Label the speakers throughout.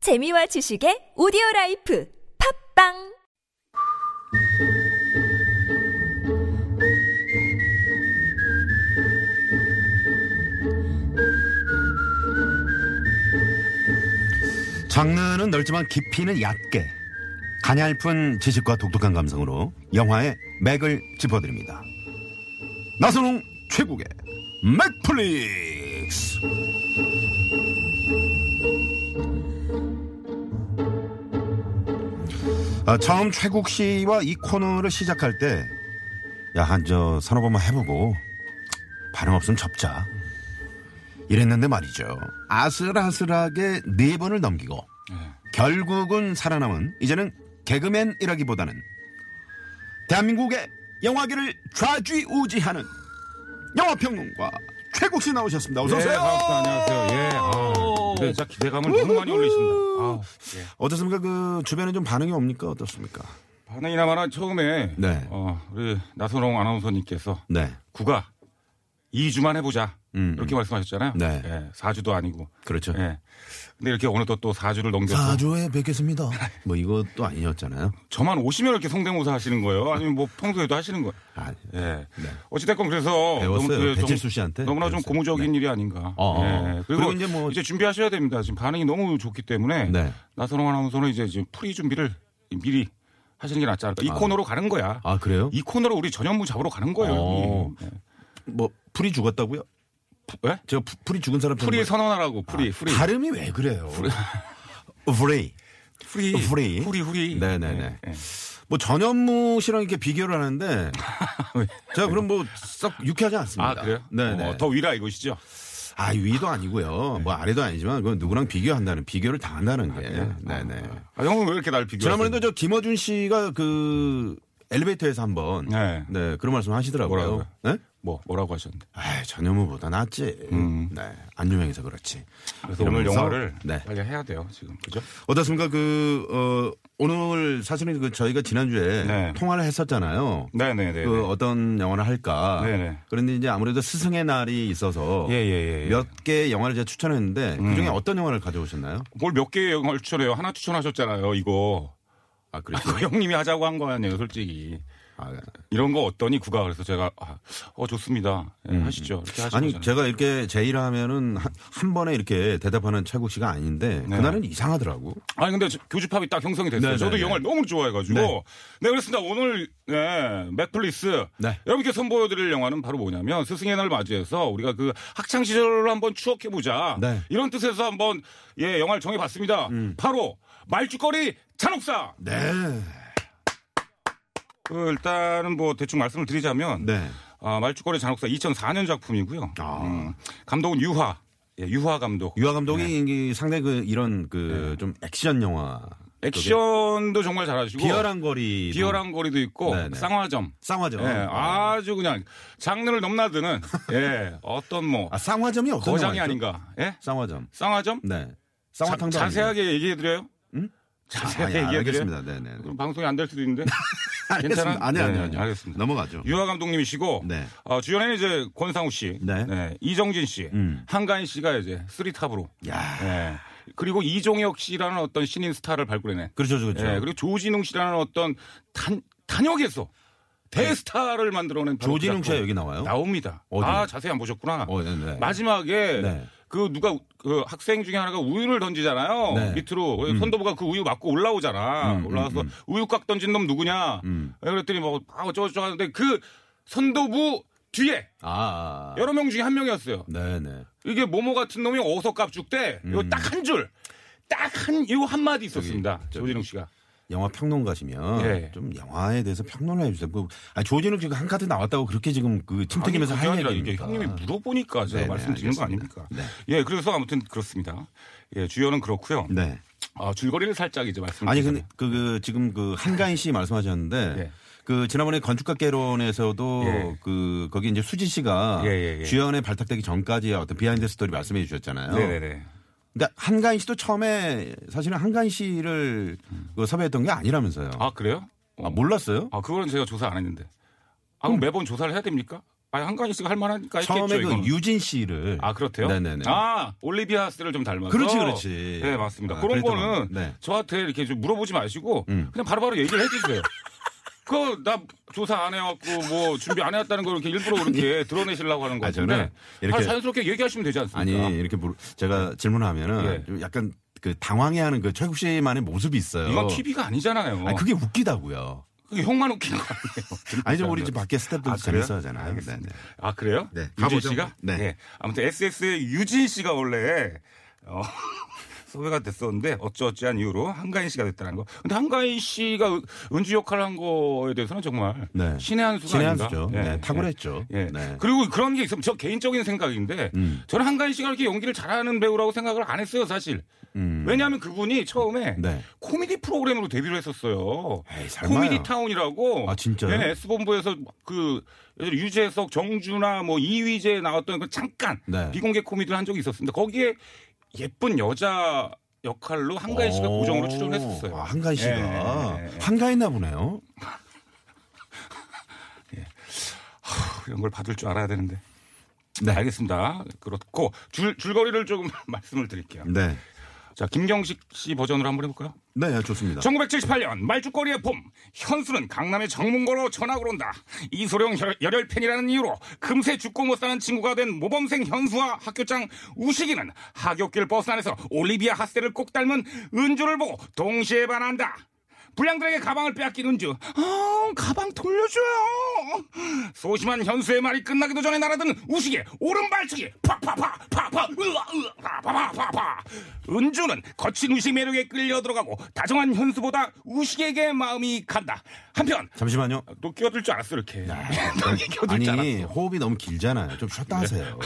Speaker 1: 재미와 지식의 오디오 라이프 팝빵
Speaker 2: 장르는 넓지만 깊이는 얕게 가냘픈 지식과 독특한 감성으로 영화의 맥을 짚어드립니다. 나선홍 최국의 맥플릭스. 아, 처음 최국 씨와 이 코너를 시작할 때, 야, 한, 저, 서너 번만 해보고, 반응 없으면 접자. 이랬는데 말이죠. 아슬아슬하게 네 번을 넘기고 결국은 살아남은 이제는 개그맨이라기보다는 대한민국의 영화계를 좌지우지하는 영화평론가 최국씨 나오셨습니다. 어서 오세요.
Speaker 3: 예, 반갑습니다. 안녕하세요. 예. 아, 근데 진짜 기대감을 너무 많이 올리신다. 아, 예.
Speaker 2: 어떻습니까? 그 주변에 좀 반응이 옵니까? 어떻습니까?
Speaker 3: 반응이나마나 처음에
Speaker 2: 네.
Speaker 3: 어, 우리 나선홍 아나운서님께서
Speaker 2: 네.
Speaker 3: 구가 2주만 해보자
Speaker 2: 음,
Speaker 3: 이렇게 말씀하셨잖아요.
Speaker 2: 네.
Speaker 3: 예, 4주도 아니고.
Speaker 2: 그렇죠.
Speaker 3: 예. 근데 이렇게 오늘도 또 4주를 넘겨서
Speaker 2: 4주에 뵙겠습니다. 뭐 이것도 아니었잖아요.
Speaker 3: 저만 오시면 이렇게 성대모사 하시는 거예요? 아니면 뭐 평소에도 하시는 거예요?
Speaker 2: 아,
Speaker 3: 예. 어찌됐건 그래서
Speaker 2: 배웠어요.
Speaker 3: 그 좀-
Speaker 2: 배칠수 씨한테
Speaker 3: 너무나 좀
Speaker 2: 배웠어요.
Speaker 3: 고무적인 일이 아닌가.
Speaker 2: 어, 어.
Speaker 3: 예. 그리고,
Speaker 2: 그리고 이제
Speaker 3: 이제
Speaker 2: 뭐-
Speaker 3: 준비하셔야 됩니다. 지금 반응이 너무 좋기 때문에
Speaker 2: 네.
Speaker 3: 나선홍 아나운서는 이제 지금 프리 준비를 미리 하시는 게 낫지 않을까. 이 코너로 가는 거야.
Speaker 2: 아 그래요?
Speaker 3: 이 코너로 우리 전현무 잡으러 가는 거예요.
Speaker 2: 어.
Speaker 3: 이- 예.
Speaker 2: 뭐 풀이 죽었다고요?
Speaker 3: 예?
Speaker 2: 제가 푸- 풀이 죽은 사람 된
Speaker 3: 프리
Speaker 2: 거예요?
Speaker 3: 선언하라고
Speaker 2: 아,
Speaker 3: 프리 프리
Speaker 2: 발음이 왜 그래요? 프리.
Speaker 3: 프리
Speaker 2: 프리.
Speaker 3: 후리 후리.
Speaker 2: 네네네.
Speaker 3: 예, 예.
Speaker 2: 뭐 전현무 씨랑 이렇게 비교를 하는데 제가 그럼 뭐 썩 유쾌하지 않습니다.
Speaker 3: 아 그래요?
Speaker 2: 네네.
Speaker 3: 어, 더 위라 이것이죠.
Speaker 2: 아 위도 아니고요. 뭐 아래도 아니지만 그건 누구랑 비교한다는 비교를 당한다는 게. 네네.
Speaker 3: 아, 형은 왜 이렇게 날 비교?
Speaker 2: 지난번에도 저 김어준 씨가 그 엘리베이터에서 한번 네.
Speaker 3: 네.
Speaker 2: 그런 말씀 하시더라고요.
Speaker 3: 뭐라고요?
Speaker 2: 네?
Speaker 3: 뭐 뭐라고 하셨는데?
Speaker 2: 아 전현무보다 낫지. 네. 안 유명해서 그렇지.
Speaker 3: 음. 그래서 오늘
Speaker 2: 이러면서,
Speaker 3: 영화를
Speaker 2: 네.
Speaker 3: 빨리 해야 돼요 지금 그죠?
Speaker 2: 어떻습니까? 그, 어, 오늘 사실은 그 저희가 지난주에
Speaker 3: 네.
Speaker 2: 통화를 했었잖아요.
Speaker 3: 네네네.
Speaker 2: 그 어떤 영화를 할까.
Speaker 3: 네네.
Speaker 2: 그런데 이제 아무래도 스승의 날이 있어서
Speaker 3: 예, 예, 음. 예.
Speaker 2: 몇 개의 영화를 제가 추천했는데 그 중에 어떤 영화를 가져오셨나요?
Speaker 3: 뭘 몇 개의 영화를 추천해요? 하나 추천하셨잖아요, 이거.
Speaker 2: 아, 그래요?
Speaker 3: 그거 형님이 하자고 한 거 아니에요, 솔직히.
Speaker 2: 아,
Speaker 3: 이런 거 어떠니, 구가. 그래서 제가, 아, 어, 좋습니다. 예, 하시죠. 이렇게
Speaker 2: 음.
Speaker 3: 하시죠.
Speaker 2: 아니, 제가 이렇게 제의를 하면은 한, 한 번에 이렇게 대답하는 최국 씨가 아닌데
Speaker 3: 네.
Speaker 2: 그날은 이상하더라고.
Speaker 3: 아니, 근데 저- 교집합이 딱 형성이 됐어요.
Speaker 2: 네네네.
Speaker 3: 저도 이 영화를 너무 좋아해가지고.
Speaker 2: 네.
Speaker 3: 네, 그렇습니다. 오늘, 네, 맥플리스.
Speaker 2: 네.
Speaker 3: 여러분께 선보여드릴 영화는 바로 뭐냐면, 스승의 날 맞이해서 우리가 그 학창시절로 한번 추억해보자.
Speaker 2: 네. 음.
Speaker 3: 이런 뜻에서 한번, 예, 영화를 정해봤습니다. 바로, 말죽거리 잔혹사!
Speaker 2: 네.
Speaker 3: 그 일단은 뭐 대충 말씀을 드리자면
Speaker 2: 네.
Speaker 3: 아, 말죽거리 잔혹사 2004년 작품이고요.
Speaker 2: 아.
Speaker 3: 음, 감독은 유화, 예, 유화 감독.
Speaker 2: 유아 감독이
Speaker 3: 네.
Speaker 2: 이 상당히 그 이런 그 좀 액션 영화.
Speaker 3: 액션도 정말 잘하시고
Speaker 2: 비열한 거리.
Speaker 3: 비열한 거리도 있고
Speaker 2: 네네.
Speaker 3: 쌍화점.
Speaker 2: 쌍화점.
Speaker 3: 예, 아주 그냥 장르를 넘나드는 예, 어떤 뭐
Speaker 2: 아, 쌍화점이 어떤
Speaker 3: 거장이
Speaker 2: 영화죠?
Speaker 3: 아닌가? 예?
Speaker 2: 쌍화점.
Speaker 3: 쌍화점?
Speaker 2: 네. 쌍화탕도
Speaker 3: 자, 세하게 얘기해 드려요. 자세하게
Speaker 2: 아, 예,
Speaker 3: 얘기해
Speaker 2: 알겠습니다.
Speaker 3: 드려요.
Speaker 2: 네네.
Speaker 3: 그럼 방송이 안 될 수도 있는데.
Speaker 2: 알겠습니다.
Speaker 3: 괜찮아?
Speaker 2: 아니 아니
Speaker 3: 네,
Speaker 2: 아니.
Speaker 3: 알겠습니다.
Speaker 2: 넘어가죠.
Speaker 3: 유화 감독님이시고
Speaker 2: 네.
Speaker 3: 어, 주연에는 이제 권상우 씨,
Speaker 2: 네.
Speaker 3: 네, 이정진 씨,
Speaker 2: 음.
Speaker 3: 한가인 씨가 이제 쓰리탑으로,
Speaker 2: 야.
Speaker 3: 네. 그리고 이종혁 씨라는 어떤 신인 스타를 발굴해낸,
Speaker 2: 그렇죠. 그렇죠.
Speaker 3: 네, 그리고 조진웅 씨라는 어떤 탄 탄역에서 대스타를 만들어낸 바로
Speaker 2: 조진웅
Speaker 3: 그
Speaker 2: 씨가
Speaker 3: 작품.
Speaker 2: 여기 나와요?
Speaker 3: 나옵니다.
Speaker 2: 어디요?
Speaker 3: 아 자세히 안 보셨구나.
Speaker 2: 어, 네, 네.
Speaker 3: 마지막에
Speaker 2: 네.
Speaker 3: 그 누가 그 학생 중에 하나가 우유를 던지잖아요
Speaker 2: 네. 음,
Speaker 3: 밑으로 손도부가 그 우유 맞고 올라오잖아 올라와서 우유깍 던진 놈 누구냐 그랬더니 뭐 아, 어쩌고저쩌고 하는데 그 선도부 뒤에
Speaker 2: 아. 아.
Speaker 3: 여러 명 중에 한 명이었어요
Speaker 2: 네, 네.
Speaker 3: 이게 모모 같은 놈이 어서 깝죽대
Speaker 2: 음.
Speaker 3: 요딱 한 줄 딱 한 요 한마디 있었습니다
Speaker 2: 저기.
Speaker 3: 조진웅 씨가
Speaker 2: 영화 평론가시면
Speaker 3: 예.
Speaker 2: 좀 영화에 대해서 평론을 해 주세요. 그 아니 조진웅 씨가 한 카드 나왔다고 그렇게 지금 그 침튀기면서
Speaker 3: 아니,
Speaker 2: 할
Speaker 3: 그게 아니라
Speaker 2: 얘기
Speaker 3: 이게 형님이 물어보니까 제가
Speaker 2: 네네,
Speaker 3: 말씀드리는 거
Speaker 2: 알겠습니다.
Speaker 3: 아닙니까 예 그래서 아무튼 그렇습니다 예 주연은 그렇고요
Speaker 2: 네.
Speaker 3: 아, 줄거리를 살짝 이제 말씀드리면
Speaker 2: 아니 근데 그, 그 지금 그 한가인 씨 말씀하셨는데
Speaker 3: 예.
Speaker 2: 그 지난번에 건축학개론에서도
Speaker 3: 예.
Speaker 2: 그 거기 이제 수지 씨가
Speaker 3: 예, 예, 예.
Speaker 2: 주연에 발탁되기 전까지의 어떤 비하인드 스토리 말씀해 주셨잖아요.
Speaker 3: 네네네
Speaker 2: 근데 한가인 씨도 처음에 사실은 한가인 씨를 그 섭외했던 게 아니라면서요.
Speaker 3: 아 그래요?
Speaker 2: 아, 몰랐어요?
Speaker 3: 아, 그거는 제가 조사 안 했는데. 아, 그럼 매번 조사를 해야 됩니까? 아니 한강희 씨가 할 만하니까 했겠죠.
Speaker 2: 처음에 그
Speaker 3: 이거는.
Speaker 2: 유진 씨를
Speaker 3: 아 그렇대요.
Speaker 2: 네네네.
Speaker 3: 아 올리비아 스를 좀 닮아서.
Speaker 2: 그렇지, 그렇지.
Speaker 3: 네 맞습니다.
Speaker 2: 아,
Speaker 3: 그런 거는
Speaker 2: 그랬더만. 네.
Speaker 3: 저한테 이렇게 좀 물어보지 마시고
Speaker 2: 음.
Speaker 3: 그냥 바로바로 얘기를 해주세요. 그거 나 조사 안 해갖고 뭐 준비 안 해왔다는 걸 이렇게 일부러 이렇게 드러내시려고 하는
Speaker 2: 아,
Speaker 3: 건데
Speaker 2: 저는 이렇게-
Speaker 3: 바로 자연스럽게 얘기하시면 되지 않습니까?
Speaker 2: 아니 이렇게 물- 제가 질문하면은
Speaker 3: 그러니까. 예.
Speaker 2: 좀 약간 그 당황해하는 그 최국 씨만의 모습이 있어요.
Speaker 3: 이건 TV가 뭐. 아니잖아요.
Speaker 2: 아니, 그게 웃기다고요.
Speaker 3: 그게 형만 웃긴 거 아니에요.
Speaker 2: 아니 좀 우리 집 밖에 스탭들도
Speaker 3: 아, 그래요?
Speaker 2: 재밌어 하잖아요.
Speaker 3: 알겠습니다.
Speaker 2: 네네.
Speaker 3: 아 그래요?
Speaker 2: 네,
Speaker 3: 유진
Speaker 2: 가보죠.
Speaker 3: 씨가? 예.
Speaker 2: 네.
Speaker 3: 아무튼 SS의 유진 씨가 원래 어, 소개가 됐었는데 어찌어찌한 이유로 한가인 씨가 됐다는 거. 근데 한가인 씨가 은주 역할을 한 거에 대해서는 정말
Speaker 2: 네.
Speaker 3: 신의 한 수가
Speaker 2: 신의 한
Speaker 3: 아닌가?
Speaker 2: 수죠.
Speaker 3: 예,
Speaker 2: 네,
Speaker 3: 예.
Speaker 2: 탁월했죠.
Speaker 3: 예.
Speaker 2: 네.
Speaker 3: 그리고 그런 게 있으면 저 개인적인 생각인데
Speaker 2: 음.
Speaker 3: 저는 한가인 씨가 이렇게 연기를 잘하는 배우라고 생각을 안 했어요 사실.
Speaker 2: 음.
Speaker 3: 왜냐하면 그분이 처음에
Speaker 2: 네.
Speaker 3: 코미디 프로그램으로 데뷔를 했었어요.
Speaker 2: 에이, 설마요.
Speaker 3: 코미디 타운이라고.
Speaker 2: 아, 진짜요?
Speaker 3: 예, S본부에서 그 예전에 유재석, 정준하, 뭐 이휘재 나왔던 그 잠깐
Speaker 2: 네.
Speaker 3: 비공개 코미디를 한 적이 있었습니다. 거기에 예쁜 여자 역할로 한가희 씨가
Speaker 2: 오.
Speaker 3: 고정으로 출연했었어요.
Speaker 2: 아, 한가희 씨가
Speaker 3: 예, 예, 예.
Speaker 2: 한가했나 보네요.
Speaker 3: 하, 이런 걸 받을 줄 알아야 되는데.
Speaker 2: 네.
Speaker 3: 알겠습니다. 그렇고 줄 줄거리를 조금 말씀을 드릴게요.
Speaker 2: 네.
Speaker 3: 자, 김경식 씨 버전으로 한번 해볼까요?
Speaker 2: 네, 좋습니다.
Speaker 3: 1978년 말죽거리의 봄 현수는 강남의 정문고로 전학을 온다 이소룡 열- 열혈팬이라는 이유로 금세 죽고 못 사는 친구가 된 모범생 현수와 학교장 우식이는 하굣길 버스 안에서 올리비아 하스텔을 꼭 닮은 은주를 보고 동시에 반한다 불량들에게 가방을 빼앗긴 은주 아, 가방 돌려줘요 소심한 현수의 말이 끝나기도 전에 날아든 우식의 오른발치기 팍팍팍 파파 으아 으아 파파파파 은주는 거친 우식 매력에 끌려 들어가고 다정한 현수보다 우식에게 마음이 간다 한편
Speaker 2: 잠시만요.
Speaker 3: 너 끼어들 줄 알았어 이렇게 끼어들 줄
Speaker 2: 네. 아니
Speaker 3: 알았어
Speaker 2: 호흡이 너무 길잖아요. 좀 쉬었다 하세요.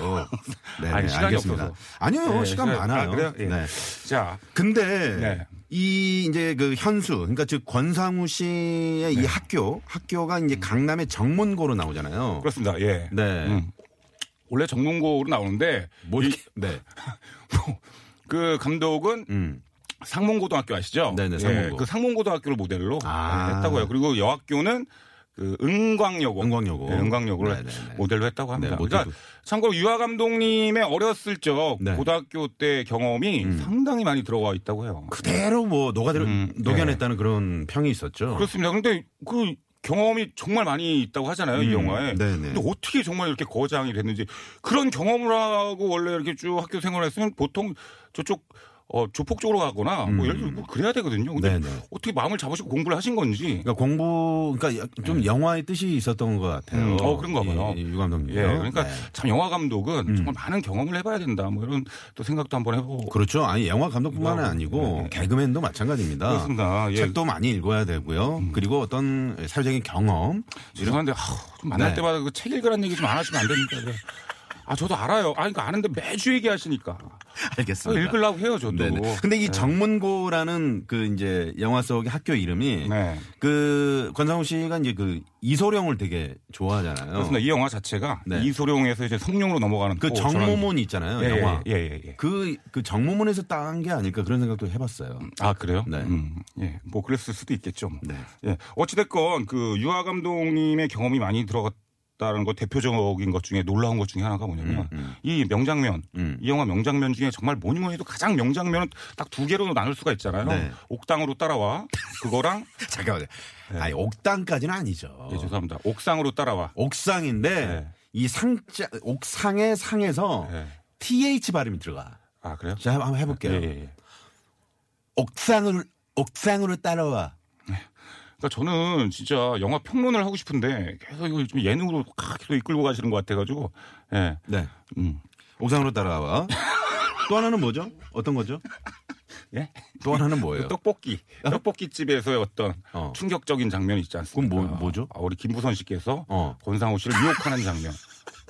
Speaker 2: 네,
Speaker 3: 아니,
Speaker 2: 네,
Speaker 3: 시간이
Speaker 2: 알겠습니다.
Speaker 3: 없어서.
Speaker 2: 아니요,
Speaker 3: 예,
Speaker 2: 시간
Speaker 3: 시간-
Speaker 2: 많아요.
Speaker 3: 아, 그래요? 예.
Speaker 2: 네.
Speaker 3: 자
Speaker 2: 근데
Speaker 3: 네.
Speaker 2: 이 이제 그 현수, 그러니까 즉 권상우 씨의
Speaker 3: 네.
Speaker 2: 이 학교, 학교가 이제 강남의 정문고로 나오잖아요.
Speaker 3: 음. 그렇습니다 예
Speaker 2: 네.
Speaker 3: 음. 원래 정문고로 나오는데
Speaker 2: 뭐
Speaker 3: 이-
Speaker 2: 이렇게- 네.
Speaker 3: 그 감독은
Speaker 2: 음.
Speaker 3: 상문고등학교 아시죠?
Speaker 2: 네네, 상문고.
Speaker 3: 그 상문고등학교를 모델로
Speaker 2: 아.
Speaker 3: 예, 했다고 해요. 그리고 여학교는 그 은광여고,
Speaker 2: 은광여고.
Speaker 3: 예, 은광여고를
Speaker 2: 네네네.
Speaker 3: 모델로 했다고 합니다.
Speaker 2: 네, 모델도.
Speaker 3: 그러니까 참고로 유아 감독님의 어렸을 적
Speaker 2: 네. 음.
Speaker 3: 고등학교 때 경험이 상당히 많이 들어가 있다고 해요.
Speaker 2: 그대로 뭐 녹아들
Speaker 3: 음,
Speaker 2: 녹여냈다는 그런 평이 있었죠.
Speaker 3: 그렇습니다. 그런데 그 경험이 정말 많이 있다고 하잖아요, 이
Speaker 2: 음,
Speaker 3: 영화에.
Speaker 2: 네네.
Speaker 3: 근데 어떻게 정말 이렇게 거장이 됐는지 그런 경험을 하고 원래 이렇게 쭉 학교 생활을 했으면 보통 저쪽 어, 조폭 쪽으로 가거나 뭐 예를 들어 뭐 그래야 되거든요. 근데
Speaker 2: 음. 네네.
Speaker 3: 어떻게 마음을 잡으시고 공부를 하신 건지.
Speaker 2: 그러니까 공부, 그러니까 야- 좀 영화의 뜻이 있었던 것 같아요.
Speaker 3: 네. 음, 어, 그런가 봐요.
Speaker 2: 이- 이유 감독님.
Speaker 3: 예, 그러니까
Speaker 2: 네.
Speaker 3: 참 영화 감독은 정말 많은 경험을 해봐야 된다. 뭐 이런 또 생각도 한번 해보고
Speaker 2: 음. 그렇죠. 아니 영화 감독뿐만은
Speaker 3: 영화-
Speaker 2: 아니고
Speaker 3: 네.
Speaker 2: 개그맨도 마찬가지입니다.
Speaker 3: 그렇습니다. 예. 음.
Speaker 2: 책도 많이 읽어야 되고요. 그리고 어떤 사회적인 경험
Speaker 3: 죄송한데 아우, 좀 만날
Speaker 2: 네.
Speaker 3: 때마다 그 책 읽으라는 얘기 좀 안 하시면 안 됩니다. 네. 아 저도 알아요. 아 그러니까 아는데 매주 얘기하시니까 아,
Speaker 2: 알겠습니다.
Speaker 3: 읽으려고 해요 저도.
Speaker 2: 그러니까. 네네. 근데 이 정문고라는 그 이제 영화 속의 학교 이름이
Speaker 3: 네.
Speaker 2: 그 권상우 씨가 이제 그 이소룡을 되게 좋아하잖아요.
Speaker 3: 그렇습니다. 이 영화 자체가
Speaker 2: 어. 네.
Speaker 3: 이소룡에서 이제 성룡으로 넘어가는
Speaker 2: 그
Speaker 3: 또
Speaker 2: 정모문 있잖아요.
Speaker 3: 저런- 예,
Speaker 2: 영화.
Speaker 3: 예, 예, 예, 예.
Speaker 2: 그, 그 정모문에서 따온 게 아닐까 그런 생각도 해봤어요.
Speaker 3: 아 그래요?
Speaker 2: 네.
Speaker 3: 음, 예, 뭐 그랬을 수도 있겠죠. 뭐.
Speaker 2: 네.
Speaker 3: 예, 어찌됐건 그 유아 감독님의 경험이 많이 들어갔다는 거 대표적인 것 중에 놀라운 것 중에 하나가 뭐냐면 이 명장면,
Speaker 2: 음.
Speaker 3: 이 영화 명장면 중에 정말 뭐니 뭐니 해도 가장 명장면은 딱 두 개로 나눌 수가 있잖아요.
Speaker 2: 네.
Speaker 3: 옥당으로 따라와 그거랑
Speaker 2: 잠깐만요. 아니, 옥당까지는 아니죠.
Speaker 3: 네. 예, 죄송합니다. 옥상으로 따라와.
Speaker 2: 옥상인데
Speaker 3: 네.
Speaker 2: 이 상자, 옥상의 상에서
Speaker 3: 네.
Speaker 2: TH 발음이 들어가.
Speaker 3: 아 그래요?
Speaker 2: 자, 한번 해볼게요.
Speaker 3: 예, 예, 예.
Speaker 2: 옥상을, 옥상으로 따라와.
Speaker 3: 그러니까 저는 진짜 영화 평론을 하고 싶은데 계속 이걸 좀 예능으로 계속 이끌고 가시는 것 같아가지고 예.
Speaker 2: 네.
Speaker 3: 음.
Speaker 2: 옥상으로 따라와. 또 하나는 뭐죠? 어떤 거죠?
Speaker 3: 예?
Speaker 2: 또 하나는 뭐예요?
Speaker 3: 떡볶이 떡볶이 집에서의 어떤
Speaker 2: 어.
Speaker 3: 충격적인 장면이 있지 않습니까?
Speaker 2: 그건 뭐- 뭐죠?
Speaker 3: 아, 우리 김부선 씨께서
Speaker 2: 어.
Speaker 3: 권상우 씨를 유혹하는 장면.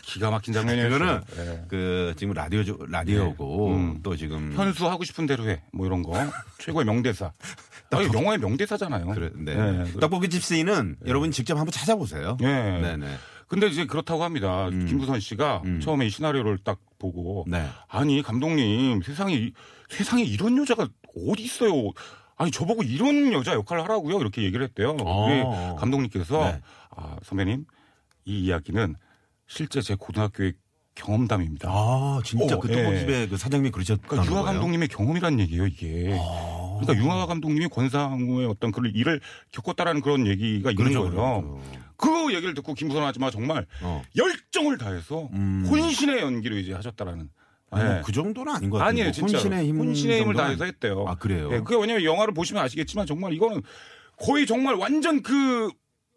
Speaker 3: 기가 막힌 장면이에요.
Speaker 2: 그거는
Speaker 3: 예.
Speaker 2: 그 지금 라디오 라디오고 또 지금
Speaker 3: 현수 하고 싶은 대로 해. 뭐 이런 거. 최고의 명대사. 아, 이거 영화의 명대사잖아요.
Speaker 2: 그래, 네.
Speaker 3: 예, 그-
Speaker 2: 떡볶이 집스이는 여러분 직접 한번 찾아보세요.
Speaker 3: 예.
Speaker 2: 네네. 음.
Speaker 3: 근데 이제 그렇다고 합니다. 김부선 씨가 처음에 이 시나리오를 딱 보고
Speaker 2: 네.
Speaker 3: 아니 감독님 세상에 이- 세상에 이런 여자가 어디 있어요? 아니 저보고 이런 여자 역할을 하라고요
Speaker 2: 아.
Speaker 3: 이렇게 얘기를 했대요.
Speaker 2: 어.
Speaker 3: 근데 감독님께서
Speaker 2: 네.
Speaker 3: 아, 선배님 이 이야기는 실제 제 고등학교의 경험담입니다.
Speaker 2: 아, 진짜
Speaker 3: 어,
Speaker 2: 그
Speaker 3: 예.
Speaker 2: 떡볶이집에 그 사장님이
Speaker 3: 그러니까
Speaker 2: 그러셨다는
Speaker 3: 유아
Speaker 2: 거예요?
Speaker 3: 감독님의 경험이란 얘기예요, 이게. 그러니까 유아 감독님이 권상우의 어떤 그런 일을 겪었다라는 그런 얘기가 있는
Speaker 2: 그렇죠,
Speaker 3: 거예요. 그 얘기를 듣고 김부선 아줌마 정말
Speaker 2: 어.
Speaker 3: 열정을 다해서
Speaker 2: 음.
Speaker 3: 혼신의 연기로 이제 하셨다라는.
Speaker 2: 아니,
Speaker 3: 예.
Speaker 2: 뭐그 정도는 아닌 것 같아요.
Speaker 3: 아니에요, 진짜.
Speaker 2: 혼신의 힘.
Speaker 3: 을
Speaker 2: 정도는
Speaker 3: 다해서 했대요.
Speaker 2: 아, 그래요?
Speaker 3: 예, 그게 왜냐면 영화를 보시면 아시겠지만 정말 이거는 거의 정말 완전 그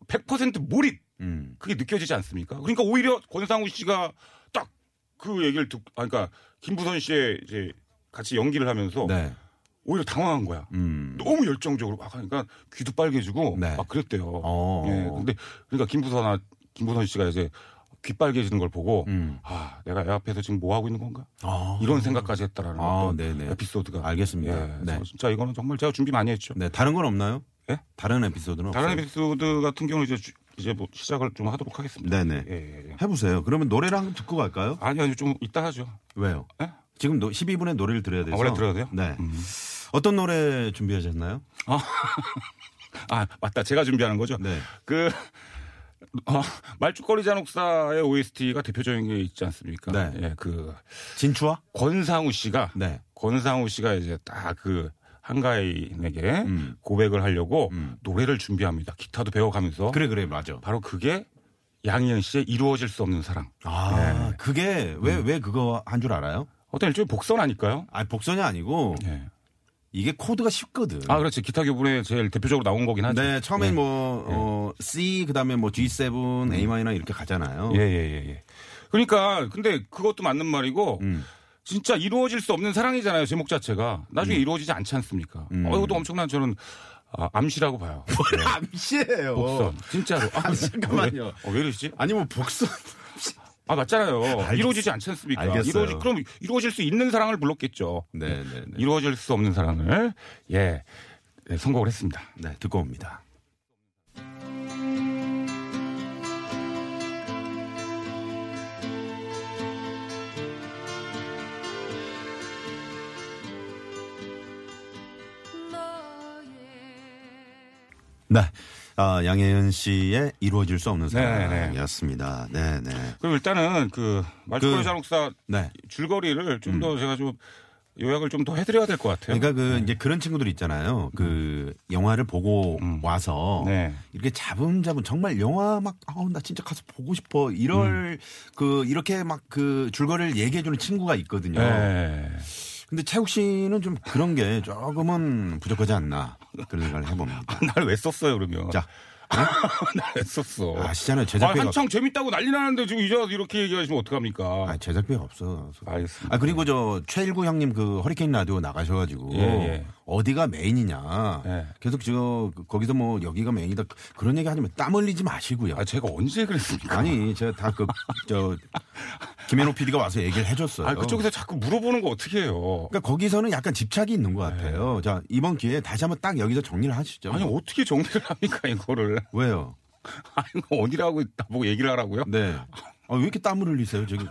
Speaker 3: 100% 몰입
Speaker 2: 음.
Speaker 3: 그게 느껴지지 않습니까? 그러니까 오히려 권상우 씨가 딱 그 얘기를 듣고, 아, 그러니까 김부선 씨의 이제 같이 연기를 하면서
Speaker 2: 네.
Speaker 3: 오히려 당황한 거야.
Speaker 2: 음.
Speaker 3: 너무 열정적으로 막 하니까 귀도 빨개지고
Speaker 2: 네.
Speaker 3: 막 그랬대요.
Speaker 2: 어.
Speaker 3: 예, 근데 그러니까 김부선아 김부선 씨가 이제 귀 빨개지는 걸 보고
Speaker 2: 음.
Speaker 3: 아 내가 애 앞에서 지금 뭐 하고 있는 건가
Speaker 2: 아.
Speaker 3: 이런 생각까지 했다라는
Speaker 2: 아,
Speaker 3: 어떤
Speaker 2: 네네.
Speaker 3: 에피소드가
Speaker 2: 알겠습니다.
Speaker 3: 예,
Speaker 2: 네.
Speaker 3: 그래서 진짜 이거는 정말 제가 준비 많이 했죠.
Speaker 2: 네, 다른 건 없나요?
Speaker 3: 예?
Speaker 2: 다른 에피소드는
Speaker 3: 다른
Speaker 2: 없어요?
Speaker 3: 에피소드 같은 경우는 이제 주- 이제 뭐 시작을 좀 하도록 하겠습니다.
Speaker 2: 네네.
Speaker 3: 예, 예, 예.
Speaker 2: 해보세요. 그러면 노래를 한곡 듣고 갈까요?
Speaker 3: 아니 아니 좀 이따 하죠.
Speaker 2: 왜요?
Speaker 3: 예?
Speaker 2: 지금 12분의 노래를 들어야 돼서.
Speaker 3: 아, 원래 들어야 돼요?
Speaker 2: 네.
Speaker 3: 음.
Speaker 2: 어떤 노래 준비하셨나요?
Speaker 3: 아, 아 맞다 제가 준비하는 거죠.
Speaker 2: 네.
Speaker 3: 그 어, 말죽거리 잔혹사의 OST가 대표적인 게 있지 않습니까?
Speaker 2: 네.
Speaker 3: 예, 그
Speaker 2: 진추아?
Speaker 3: 권상우 씨가
Speaker 2: 네.
Speaker 3: 권상우 씨가 이제 딱 그 한가인에게
Speaker 2: 음.
Speaker 3: 고백을 하려고
Speaker 2: 음.
Speaker 3: 노래를 준비합니다. 기타도 배워가면서
Speaker 2: 그래, 그래, 맞아.
Speaker 3: 바로 그게 양희은 씨의 이루어질 수 없는 사랑.
Speaker 2: 아, 그게 왜, 왜 그거 한 줄 알아요?
Speaker 3: 어떤 일종의 복선 아닐까요?
Speaker 2: 아, 복선이 아니고
Speaker 3: 예.
Speaker 2: 이게 코드가 쉽거든.
Speaker 3: 아 그렇지 기타 교분에 제일 대표적으로 나온 거긴 하죠.
Speaker 2: 네, 처음에 뭐, 어, C, 그 다음에 뭐 G7, A 마이너 이렇게 가잖아요.
Speaker 3: 예예예 예, 예. 그러니까 근데 그것도 맞는 말이고
Speaker 2: 음.
Speaker 3: 진짜 이루어질 수 없는 사랑이잖아요 제목 자체가 나중에 이루어지지 않지 않습니까?
Speaker 2: 음.
Speaker 3: 어, 이것도 엄청난 저는 아, 암시라고 봐요. 예.
Speaker 2: 아, 암시예요.
Speaker 3: 복선 진짜로. 아,
Speaker 2: 잠깐만요.
Speaker 3: 왜, 어, 왜 이러시지?
Speaker 2: 아니, 뭐, 복선.
Speaker 3: 아 맞잖아요. 이루어지지 않지 않습니까?
Speaker 2: 알겠어요.
Speaker 3: 이루어지 그럼 이루어질 수 있는 사랑을 불렀겠죠.
Speaker 2: 네, 네, 네.
Speaker 3: 이루어질 수 없는 사랑을 예 네, 선곡을 했습니다.
Speaker 2: 네, 듣고 옵니다. 네. 아, 양혜은 씨의 이루어질 수 없는
Speaker 3: 네, 네.
Speaker 2: 사랑이었습니다. 네, 네.
Speaker 3: 그럼 일단은 그 말죽거리
Speaker 2: 그-
Speaker 3: 잔혹사
Speaker 2: 네.
Speaker 3: 줄거리를 좀 더 제가 좀 요약을 좀 더 해드려야 될 것 같아요.
Speaker 2: 그러니까 그 이제 그런 친구들 있잖아요. 그 영화를 보고 와서
Speaker 3: 네.
Speaker 2: 이렇게 자분자분 정말 영화 막 아우 나 진짜 가서 보고 싶어
Speaker 3: 음.
Speaker 2: 이럴 그 이렇게 막 그 줄거리를 얘기해 주는 친구가 있거든요. 어.
Speaker 3: 예.
Speaker 2: 근데 채욱 씨는 좀 그런 게 조금은 부족하지 않나 그런 생각을 해봅니다.
Speaker 3: 날 왜 썼어요 그러면?
Speaker 2: 자.
Speaker 3: 날 왜 썼어?
Speaker 2: 아시잖아요.
Speaker 3: 아,
Speaker 2: 제작비가
Speaker 3: 한창 재밌다고 난리 나는데 지금 이제 와서 이렇게 얘기하시면 어떡합니까?
Speaker 2: 아, 제작비가 없어.
Speaker 3: 알겠습니다.
Speaker 2: 아 그리고 저 최일구 형님 그 허리케인 라디오 나가셔가지고
Speaker 3: 예, 예.
Speaker 2: 어디가 메인이냐
Speaker 3: 예.
Speaker 2: 계속 지금 거기서 뭐 여기가 메인이다 그런 얘기 하지 마땀 흘리지 마시고요.
Speaker 3: 아, 제가 언제 그랬습니까?
Speaker 2: 아니 제가 다 그 저 김현호 PD가 와서 얘기를 해줬어요.
Speaker 3: 아, 그쪽에서 자꾸 물어보는 거 어떻게 해요?
Speaker 2: 그러니까 거기서는 약간 집착이 있는 것 같아요. 자 이번 기회에 다시 한번 딱 여기서 정리를 하시죠.
Speaker 3: 예. 아니 어떻게 정리를 합니까 이거를?
Speaker 2: 왜요?
Speaker 3: 아니 이거 어디라고 나보고 얘기를 하라고요?
Speaker 2: 네. 아, 왜 이렇게 땀을 흘리세요 지금?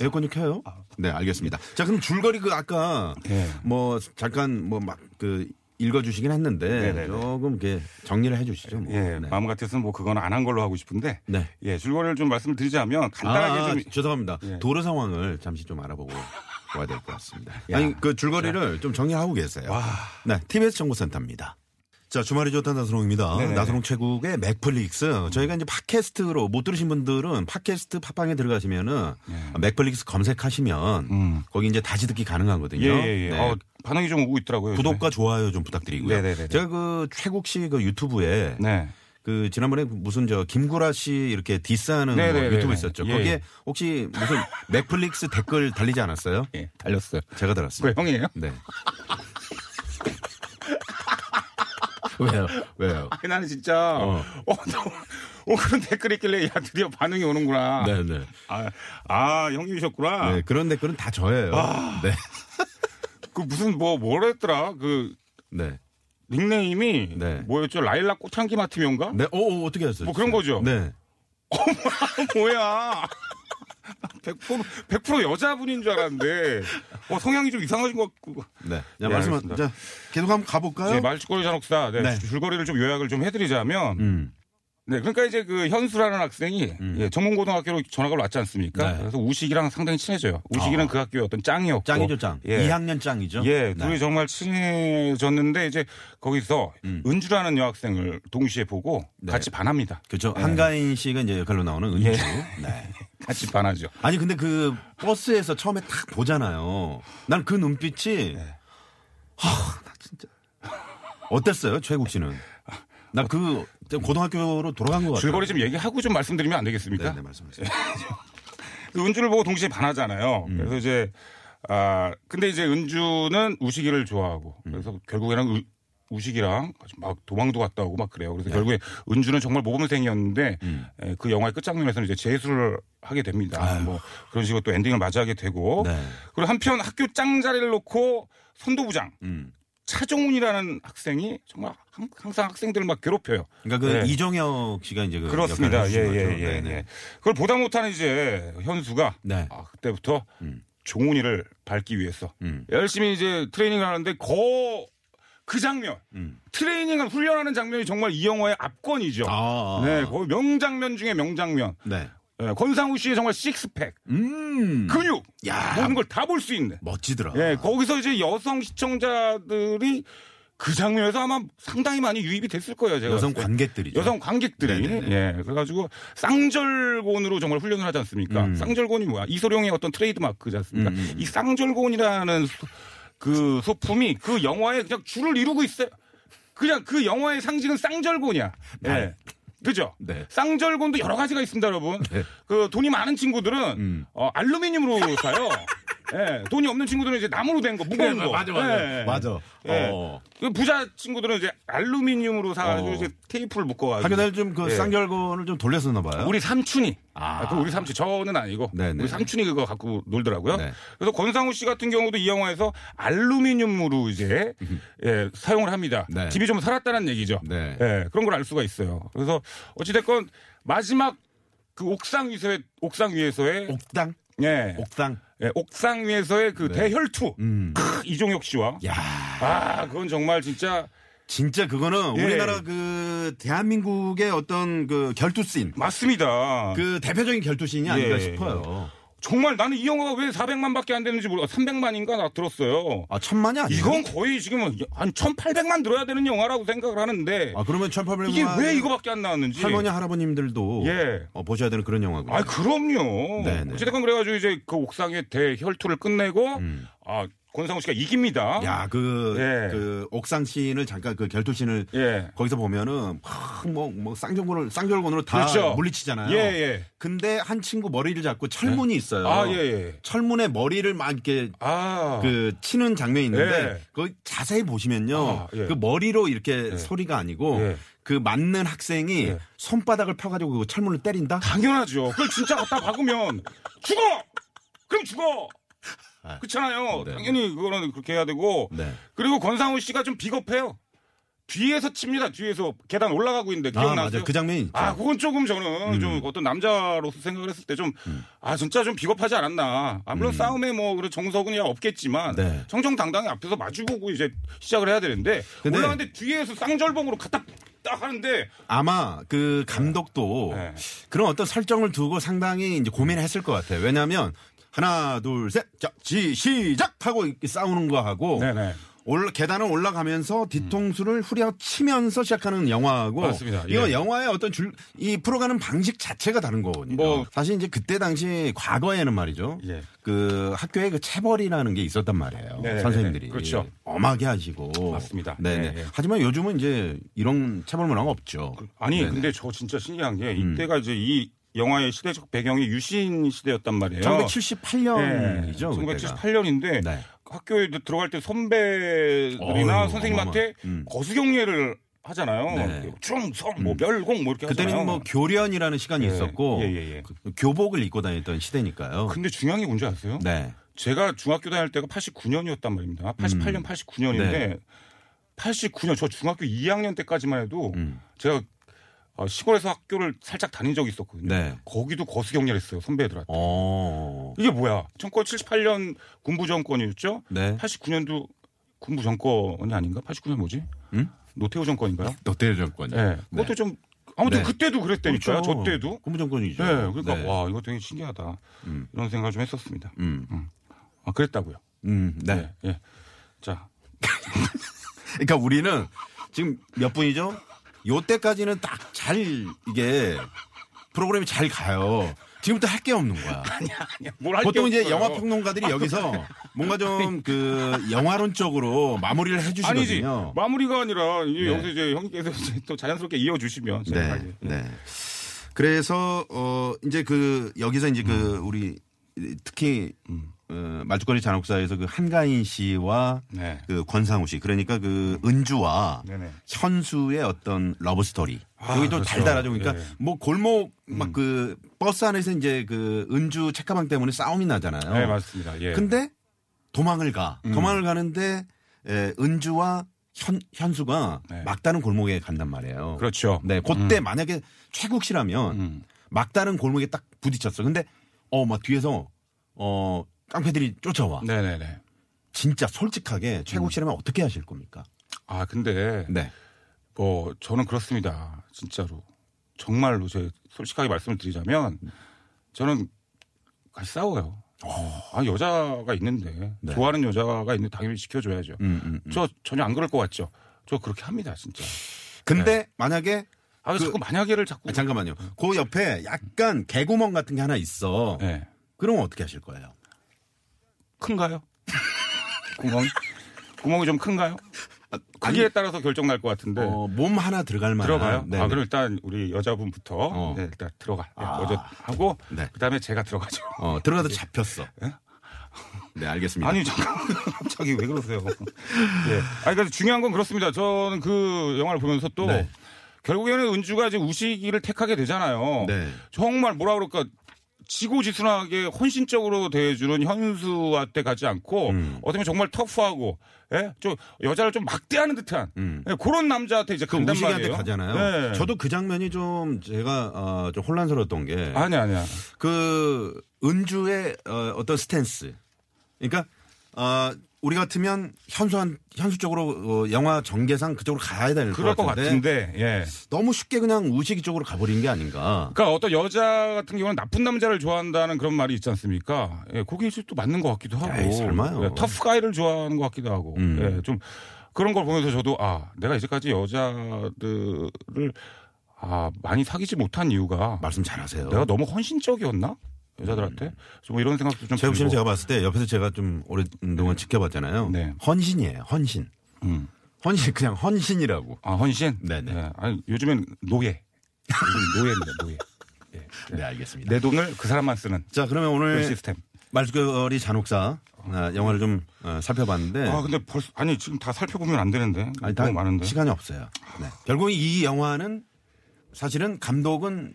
Speaker 2: 에어컨 좀 켜요? 네 알겠습니다. 자 그럼 줄거리 그 아까
Speaker 3: 아. 예.
Speaker 2: 뭐 잠깐 뭐 막 그 읽어주시긴 했는데
Speaker 3: 네네네.
Speaker 2: 조금 이렇게 정리를 해주시죠. 뭐.
Speaker 3: 예,
Speaker 2: 네.
Speaker 3: 마음 같아서는 뭐 그건 안 한 걸로 하고 싶은데
Speaker 2: 네.
Speaker 3: 예 줄거리를 좀 말씀을 드리자면 간단하게
Speaker 2: 아,
Speaker 3: 좀
Speaker 2: 죄송합니다.
Speaker 3: 예.
Speaker 2: 도로 상황을 잠시 좀 알아보고 와야 될 것 같습니다. 아니 그 줄거리를 좀 정리하고
Speaker 3: 아,
Speaker 2: 계세요. 네, TBS 정보센터입니다. 자, 주말이 좋다 나선홍입니다.
Speaker 3: 네네.
Speaker 2: 나선홍 최국의 맥플릭스. 저희가 이제 팟캐스트로 못 들으신 분들은 팟캐스트 팟빵에 들어가시면은
Speaker 3: 예.
Speaker 2: 맥플릭스 검색하시면 거기 이제 다시 듣기 가능하거든요.
Speaker 3: 음. 예, 예, 예.
Speaker 2: 네.
Speaker 3: 어, 반응이 좀 오고 있더라고요. 요즘에.
Speaker 2: 구독과 좋아요 좀 부탁드리고요.
Speaker 3: 네네네네.
Speaker 2: 제가 그 최국 씨 그 유튜브에
Speaker 3: 네.
Speaker 2: 그 지난번에 무슨 저 김구라 씨 이렇게 디스하는 뭐
Speaker 3: 네네네네.
Speaker 2: 유튜브 있었죠.
Speaker 3: 예,
Speaker 2: 거기에
Speaker 3: 예.
Speaker 2: 혹시 무슨 넷플릭스 댓글 달리지 않았어요?
Speaker 3: 예, 달렸어요.
Speaker 2: 제가
Speaker 3: 그
Speaker 2: 달았습니다.
Speaker 3: 형이에요?
Speaker 2: 네. 왜요? 왜요?
Speaker 3: 아니, 나는 진짜 어,
Speaker 2: 어.
Speaker 3: 너무- 어, 그런 댓글이 있길래 야 드디어 반응이 오는구나.
Speaker 2: 네네.
Speaker 3: 아, 아 형님이셨구나.
Speaker 2: 네, 그런 댓글은 다 저예요. 네.
Speaker 3: 그 무슨 뭐 뭐라 했더라. 그
Speaker 2: 네.
Speaker 3: 닉네임이
Speaker 2: 네.
Speaker 3: 뭐였죠? 라일락 꽃향기 마티면가?
Speaker 2: 네. 오, 오, 어떻게 하셨어요?
Speaker 3: 뭐 그런
Speaker 2: 진짜?
Speaker 3: 거죠?
Speaker 2: 네.
Speaker 3: 뭐야? 100%, 100% 여자분인 줄 알았는데 어, 성향이 좀 이상하신 것 같고.
Speaker 2: 네. 예, 자,
Speaker 3: 네,
Speaker 2: 말씀,
Speaker 3: 알겠습니다.
Speaker 2: 자, 계속 한번 가볼까요?
Speaker 3: 이제 말죽거리 잔혹사 예, 네,
Speaker 2: 어? 네.
Speaker 3: 줄거리를 좀 요약을 좀 해드리자면
Speaker 2: 음.
Speaker 3: 네, 그러니까 이제 그 현수라는 학생이 예, 전문고등학교로 전학을 왔지 않습니까?
Speaker 2: 네.
Speaker 3: 그래서 우식이랑 상당히 친해져요. 우식이는
Speaker 2: 아.
Speaker 3: 그 학교의 어떤 짱이었고.
Speaker 2: 짱이죠, 짱.
Speaker 3: 예.
Speaker 2: 2학년 짱이죠. 네.
Speaker 3: 예, 둘이 정말 친해졌는데 이제 거기서
Speaker 2: 음.
Speaker 3: 은주라는 여학생을 동시에 보고
Speaker 2: 네.
Speaker 3: 같이 반합니다.
Speaker 2: 그렇죠. 한가인 씨가 이제 역할로 나오는
Speaker 3: 예.
Speaker 2: 은주. 네.
Speaker 3: 같이 반하죠.
Speaker 2: 아니 근데 그 버스에서 처음에 딱 보잖아요. 난 그 눈빛이
Speaker 3: 예.
Speaker 2: 하, 나 진짜 어땠어요, 최국 씨는? 나 그 고등학교로 돌아간 것 같아요.
Speaker 3: 줄거리 좀 얘기하고 좀 말씀드리면 안 되겠습니까?
Speaker 2: 네, 네,
Speaker 3: 예.
Speaker 2: 말씀하세요.
Speaker 3: 은주를 보고 동시에 반하잖아요.
Speaker 2: 음.
Speaker 3: 그래서 이제 아 근데 이제 은주는 우식이를 좋아하고
Speaker 2: 음.
Speaker 3: 그래서 결국에는 우- 우식이랑 막 도망도 갔다 오고 막 그래요.
Speaker 2: 네.
Speaker 3: 그래서 결국에 은주는 정말 모범생이었는데
Speaker 2: 음.
Speaker 3: 에, 그 영화의 끝장면에서는 이제 재수를 하게 됩니다. 뭐 그런 식으로 또 엔딩을 맞이하게 되고
Speaker 2: 네.
Speaker 3: 그리고 한편 학교 짱자리를 놓고 선도부장
Speaker 2: 음.
Speaker 3: 차종훈이라는 학생이 정말 항- 항상 학생들을 막 괴롭혀요.
Speaker 2: 그러니까 그
Speaker 3: 네.
Speaker 2: 이종혁 씨가 이제 그
Speaker 3: 그렇습니다.
Speaker 2: 역할을
Speaker 3: 예,
Speaker 2: 해주신
Speaker 3: 예,
Speaker 2: 거죠.
Speaker 3: 예,
Speaker 2: 네네.
Speaker 3: 예. 그걸 보다 못하는 이제 현수가
Speaker 2: 네.
Speaker 3: 아, 그때부터
Speaker 2: 음.
Speaker 3: 종훈이를 밟기 위해서
Speaker 2: 음.
Speaker 3: 열심히 이제 트레이닝을 하는데 거, 그 장면,
Speaker 2: 음.
Speaker 3: 트레이닝을 훈련하는 장면이 정말 이 영화의 압권이죠.
Speaker 2: 아.
Speaker 3: 네, 거의 명장면 중에 명장면.
Speaker 2: 네.
Speaker 3: 예, 권상우 씨의 정말 식스팩,
Speaker 2: 음.
Speaker 3: 근육,
Speaker 2: 야.
Speaker 3: 모든 걸 다 볼 수 있는.
Speaker 2: 멋지더라.
Speaker 3: 그 예, 거기서 이제 여성 시청자들이 그 장면에서 아마 상당히 많이 유입이 됐을 거예요. 제가
Speaker 2: 여성
Speaker 3: 봤을 때.
Speaker 2: 관객들이죠.
Speaker 3: 여성 관객들이
Speaker 2: 네네네.
Speaker 3: 예 그래가지고 쌍절곤으로 정말 훈련을 하지 않습니까?
Speaker 2: 음.
Speaker 3: 쌍절곤이 뭐야? 이소룡의 어떤 트레이드 마크지 않습니까?
Speaker 2: 음, 음,
Speaker 3: 이 쌍절곤이라는 소- 그 소품이 그 영화에 그냥 줄을 이루고 있어요. 그냥 그 영화의 상징은 쌍절곤이야. 예.
Speaker 2: 네.
Speaker 3: 그죠?
Speaker 2: 네.
Speaker 3: 쌍절곤도 여러 가지가 있습니다, 여러분.
Speaker 2: 네.
Speaker 3: 그 돈이 많은 친구들은
Speaker 2: 음.
Speaker 3: 어, 알루미늄으로 사요. 예, 돈이 없는 친구들은 이제 나무로 된 거,
Speaker 2: 그래,
Speaker 3: 무거운 거.
Speaker 2: 네, 맞아, 맞아.
Speaker 3: 예, 예.
Speaker 2: 맞아.
Speaker 3: 예.
Speaker 2: 어.
Speaker 3: 그 부자 친구들은 이제 알루미늄으로 사가지고
Speaker 2: 어.
Speaker 3: 이제 테이프를 묶어가지고.
Speaker 2: 학교 다닐 좀그
Speaker 3: 예.
Speaker 2: 쌍결곤을 좀 돌렸었나 봐요.
Speaker 3: 우리 삼촌이.
Speaker 2: 어? 아.
Speaker 3: 아, 그 우리 삼촌 저는 아니고
Speaker 2: 네네.
Speaker 3: 우리 삼촌이 그거 갖고 놀더라고요.
Speaker 2: 네.
Speaker 3: 그래서 권상우 씨 같은 경우도 이 영화에서 알루미늄으로 이제 예, 사용을 합니다.
Speaker 2: 네.
Speaker 3: 집이 좀 살았다는 얘기죠.
Speaker 2: 네.
Speaker 3: 예, 그런 걸 알 수가 있어요. 그래서 어찌됐건 마지막 그 옥상 위에서의 옥상 위에서의
Speaker 2: 옥당?
Speaker 3: 예,
Speaker 2: 옥당.
Speaker 3: 예, 옥상 위에서의 그 대혈투
Speaker 2: 음. 예.
Speaker 3: 크, 이종혁 씨와
Speaker 2: 야
Speaker 3: 아 그건 정말 진짜
Speaker 2: 진짜 그거는
Speaker 3: 예.
Speaker 2: 우리나라 그 대한민국의 어떤 그 결투씬.
Speaker 3: 맞습니다.
Speaker 2: 그 대표적인 결투씬이 아닌가
Speaker 3: 예.
Speaker 2: 싶어요.
Speaker 3: 정말 나는 이 영화가 왜 400만밖에 안 되는지 몰라 300만인가 나 들었어요.
Speaker 2: 아, 천만이 아니에요?
Speaker 3: 이건 거의 지금 한 1,800만 들어야 되는 영화라고 생각을 하는데
Speaker 2: 아, 그러면 천팔백만.
Speaker 3: 이게 왜 이거밖에 안 나왔는지.
Speaker 2: 할머니, 할아버님들도.
Speaker 3: 예.
Speaker 2: 어, 보셔야 되는 그런 영화고.
Speaker 3: 아 그럼요.
Speaker 2: 네네.
Speaker 3: 어쨌든 그래가지고 이제 그 옥상의 대혈투를 끝내고 아 권상우 씨가 이깁니다.
Speaker 2: 음. 야, 그,
Speaker 3: 예.
Speaker 2: 그, 옥상 씬을 잠깐 그 결투씬을
Speaker 3: 예.
Speaker 2: 거기서 보면은 막 뭐, 뭐 쌍절곤을, 쌍절곤으로 다
Speaker 3: 그렇죠.
Speaker 2: 물리치잖아요.
Speaker 3: 예, 예.
Speaker 2: 근데 한 친구 머리를 잡고 철문이 있어요.
Speaker 3: 아, 예, 예.
Speaker 2: 철문에 머리를 막 이렇게
Speaker 3: 아.
Speaker 2: 그 치는 장면이 있는데
Speaker 3: 예.
Speaker 2: 거기 자세히 보시면요.
Speaker 3: 아, 예.
Speaker 2: 그 머리로 이렇게 소리가 아니고
Speaker 3: 예.
Speaker 2: 그 맞는 학생이 손바닥을 펴가지고 그 철문을 때린다.
Speaker 3: 당연하죠. 그걸 진짜 갖다 박으면 죽어. 그럼 죽어.
Speaker 2: 아,
Speaker 3: 그렇잖아요.
Speaker 2: 네.
Speaker 3: 당연히 그거는 그렇게 해야 되고.
Speaker 2: 네.
Speaker 3: 그리고 권상우 씨가 좀 비겁해요. 뒤에서 칩니다. 뒤에서 계단 올라가고 있는데
Speaker 2: 아
Speaker 3: 기억나세요?
Speaker 2: 맞아 그 장면이 있죠. 음.
Speaker 3: 아, 그건 조금 저는 좀 어떤 남자로서 생각을 했을 때 좀, 아, 진짜 좀 비겁하지 않았나. 아, 물론 싸움에 뭐, 그런 정석은 야 없겠지만,
Speaker 2: 음. 네.
Speaker 3: 정정당당히 앞에서 마주보고 이제 시작을 해야 되는데,
Speaker 2: 근데-
Speaker 3: 올라가는데 뒤에서 쌍절봉으로 갖다 딱 하는데,
Speaker 2: 아마 그
Speaker 3: 예.
Speaker 2: 감독도
Speaker 3: 네.
Speaker 2: 그런 어떤 설정을 두고 상당히 이제 고민했을 것 같아요. 왜냐하면 하나 둘셋자 시작 하고 이렇게 싸우는 거 하고
Speaker 3: 네네.
Speaker 2: 올라, 계단을 올라가면서 뒤통수를 후려치면서 시작하는 영화하고
Speaker 3: 맞습니다. 예.
Speaker 2: 이거 영화의 어떤 줄 이 풀어가는 방식 자체가 다른 거거든요.
Speaker 3: 뭐.
Speaker 2: 사실 이제 그때 당시 과거에는 말이죠.
Speaker 3: 예.
Speaker 2: 그 학교에 그 체벌이라는 게 있었단 말이에요.
Speaker 3: 네네네.
Speaker 2: 선생님들이
Speaker 3: 그렇죠.
Speaker 2: 엄하게 하시고
Speaker 3: 맞습니다.
Speaker 2: 네네.
Speaker 3: 네, 예.
Speaker 2: 하지만 요즘은 이제 이런 체벌 문화가 없죠.
Speaker 3: 그, 아니,
Speaker 2: 네네. 음.
Speaker 3: 근데 저 진짜 신기한 게, 이때가 이제 이 영화의 시대적 배경이 유신 시대였단 말이에요. 네,
Speaker 2: 1978년이죠.
Speaker 3: 아, 예. 1978년인데
Speaker 2: 네.
Speaker 3: 학교에 들어갈 때 선배들이나
Speaker 2: 어휴,
Speaker 3: 선생님한테
Speaker 2: 어마어마. 음.
Speaker 3: 거수경례를 하잖아요.
Speaker 2: 네.
Speaker 3: 충성, 뭐 멸공 뭐 이렇게
Speaker 2: 그때는
Speaker 3: 하잖아요.
Speaker 2: 뭐 교련이라는 시간이
Speaker 3: 예.
Speaker 2: 있었고
Speaker 3: 예, 예, 예.
Speaker 2: 그- 교복을 입고 다녔던 시대니까요.
Speaker 3: 근데 중요한 게 뭔지 아세요?
Speaker 2: 네.
Speaker 3: 제가 중학교 다닐 때가 89년이었단 말입니다.
Speaker 2: 음.
Speaker 3: 88년, 89년인데
Speaker 2: 네.
Speaker 3: 89년 저 중학교 2학년 때까지만 해도
Speaker 2: 음.
Speaker 3: 제가 어, 시골에서 학교를 살짝 다닌 적이 있었거든요.
Speaker 2: 네.
Speaker 3: 거기도 거수경례를 했어요 선배들한테.
Speaker 2: 어.
Speaker 3: 이게 뭐야? 정권 78년 군부 정권이었죠.
Speaker 2: 네.
Speaker 3: 89년도 군부 정권이 아닌가? 89년 뭐지?
Speaker 2: 음?
Speaker 3: 노태우 정권인가요?
Speaker 2: 롯데리아 정권이요.
Speaker 3: 네. 그것도 좀 아무튼
Speaker 2: 네.
Speaker 3: 그때도 그랬다니까요.
Speaker 2: 그렇죠.
Speaker 3: 저 때도.
Speaker 2: 군부 정권이죠.
Speaker 3: 네, 그러니까
Speaker 2: 네.
Speaker 3: 와 이거 되게 신기하다
Speaker 2: 음.
Speaker 3: 이런 생각을 좀 했었습니다.
Speaker 2: 음,
Speaker 3: 아, 그랬다고요.
Speaker 2: 음, 네.
Speaker 3: 예, 예. 자,
Speaker 2: 그러니까 우리는 지금 몇 분이죠? 요 때까지는 딱 잘 이게 프로그램이 잘 가요. 지금부터 할 게 없는 거야.
Speaker 3: 뭘할
Speaker 2: 보통 이제 영화 평론가들이 여기서 뭔가 좀 그 영화론적으로 마무리를
Speaker 3: 아니지
Speaker 2: 해주시거든요.
Speaker 3: 마무리가 아니라 이제
Speaker 2: 네.
Speaker 3: 여기서 이제 형님께서 이제 또 자연스럽게 이어주시면 제가
Speaker 2: 네,
Speaker 3: 이제
Speaker 2: 네. 그래서 어 이제 그 여기서 이제 그
Speaker 3: 음.
Speaker 2: 우리 특히 어, 말죽거리 잔혹사에서 그 한가인 씨와
Speaker 3: 네. 음.
Speaker 2: 그 권상우 씨 그러니까 그 은주와
Speaker 3: 네네.
Speaker 2: 현수의 어떤 러브 스토리
Speaker 3: 아,
Speaker 2: 여기 좀
Speaker 3: 그렇죠. 음.
Speaker 2: 달달하죠. 그러니까
Speaker 3: 네.
Speaker 2: 뭐 골목 막 그 버스 안에서 이제 그 은주 책가방 때문에 싸움이 나잖아요.
Speaker 3: 네, 맞습니다. 예. 음.
Speaker 2: 근데 도망을 가. 도망을 가는데 에, 은주와 현, 현수가
Speaker 3: 네.
Speaker 2: 막다른 골목에 간단 말이에요.
Speaker 3: 그렇죠.
Speaker 2: 네, 그때 만약에 최국 씨라면
Speaker 3: 음.
Speaker 2: 막다른 골목에 딱 부딪혔어. 근데 어 막 뒤에서 어 깡패들이 쫓아와.
Speaker 3: 음. 네네네.
Speaker 2: 진짜 솔직하게 최국 씨라면
Speaker 3: 음.
Speaker 2: 어떻게 하실 겁니까?
Speaker 3: 아 근데
Speaker 2: 네.
Speaker 3: 뭐 저는 그렇습니다. 진짜로 정말로 제 솔직하게 말씀을 드리자면
Speaker 2: 네.
Speaker 3: 저는 같이 싸워요. 아 여자가 있는데
Speaker 2: 어. 네.
Speaker 3: 좋아하는 여자가 있는데 당연히 지켜줘야죠.
Speaker 2: 음, 음, 음.
Speaker 3: 저 전혀 안 그럴 것 같죠. 저 그렇게 합니다 진짜.
Speaker 2: 근데
Speaker 3: 네.
Speaker 2: 만약에
Speaker 3: 아
Speaker 2: 그-
Speaker 3: 자꾸 만약에를 자꾸
Speaker 2: 아, 잠깐만요. 그 옆에 약간 개구멍 같은 게 하나 있어.
Speaker 3: 네.
Speaker 2: 그러면 어떻게 하실 거예요?
Speaker 3: 큰가요? 구멍이 구멍이 좀 큰가요? 크기에 따라서 결정 날 것 같은데
Speaker 2: 아, 어, 몸 하나 들어갈 만한.
Speaker 3: 네. 들어가요.
Speaker 2: 네.
Speaker 3: 아 그럼 일단 우리 여자분부터
Speaker 2: 어.
Speaker 3: 네, 일단 들어가
Speaker 2: 아.
Speaker 3: 먼저 하고
Speaker 2: 네.
Speaker 3: 그다음에 제가 들어가죠.
Speaker 2: 어, 들어가서 잡혔어.
Speaker 3: 예?
Speaker 2: 네, 알겠습니다.
Speaker 3: 아니 잠깐 갑자기 왜 그러세요? 예. 아니 그래서 중요한 건 그렇습니다. 저는 그 영화를 보면서 또
Speaker 2: 네.
Speaker 3: 결국에는 은주가 이제 우식이를 택하게 되잖아요.
Speaker 2: 네.
Speaker 3: 정말 뭐라 그럴까 지고지순하게 헌신적으로 대해주는 현수한테 가지 않고
Speaker 2: 음.
Speaker 3: 어떻게 보면 정말 터프하고 예? 좀 여자를 좀 막대하는 듯한
Speaker 2: 음.
Speaker 3: 예, 그런 남자한테 이제
Speaker 2: 그
Speaker 3: 간단
Speaker 2: 우식이한테
Speaker 3: 말이에요.
Speaker 2: 가잖아요.
Speaker 3: 네.
Speaker 2: 저도 그 장면이 좀 제가 어, 좀 혼란스러웠던 게
Speaker 3: 아니 아니야.
Speaker 2: 그 은주의 어, 어떤 스탠스. 그러니까 어, 우리 같으면 현수한 현수 쪽으로 어, 영화 전개상 그쪽으로 가야 될
Speaker 3: 그럴
Speaker 2: 것
Speaker 3: 것
Speaker 2: 같은데,
Speaker 3: 같은데 예.
Speaker 2: 너무 쉽게 그냥 우식이 쪽으로 가버린 게 아닌가.
Speaker 3: 그러니까 어떤 여자 같은 경우는 나쁜 남자를 좋아한다는 그런 말이 있지 않습니까? 예, 그게 실또 맞는 것 같기도 하고.
Speaker 2: 에이, 설마요.
Speaker 3: 예, 터프 가이를 좋아하는 것 같기도 하고.
Speaker 2: 음.
Speaker 3: 예, 좀 그런 걸 보면서 저도 아, 내가 이제까지 여자들을 아, 많이 사귀지 못한 이유가
Speaker 2: 말씀 잘하세요.
Speaker 3: 내가 너무 헌신적이었나? 여자들한테? 그래서 뭐 이런 생각도 좀
Speaker 2: 음. 최욱 씨는
Speaker 3: 들고.
Speaker 2: 제가 봤을 때 옆에서 제가 좀 오랫동안 지켜봤잖아요.
Speaker 3: 네.
Speaker 2: 헌신이에요. 헌신.
Speaker 3: 음.
Speaker 2: 헌신 그냥 헌신이라고.
Speaker 3: 아, 헌신?
Speaker 2: 네네.
Speaker 3: 예, 아니, 요즘엔 노예. 요즘 노예입니다, 노예.
Speaker 2: 네, 알겠습니다.
Speaker 3: 내 돈을 그 사람만 쓰는
Speaker 2: 자 그러면 오늘
Speaker 3: 그런 시스템.
Speaker 2: 말죽거리 잔혹사 아, 영화를 좀 어, 살펴봤는데
Speaker 3: 아, 근데 벌써, 아니, 지금 다 살펴보면 안 되는데.
Speaker 2: 아니, 다
Speaker 3: 너무 많은데.
Speaker 2: 시간이 없어요. 네. 뭐 결국 이 영화는 사실은 감독은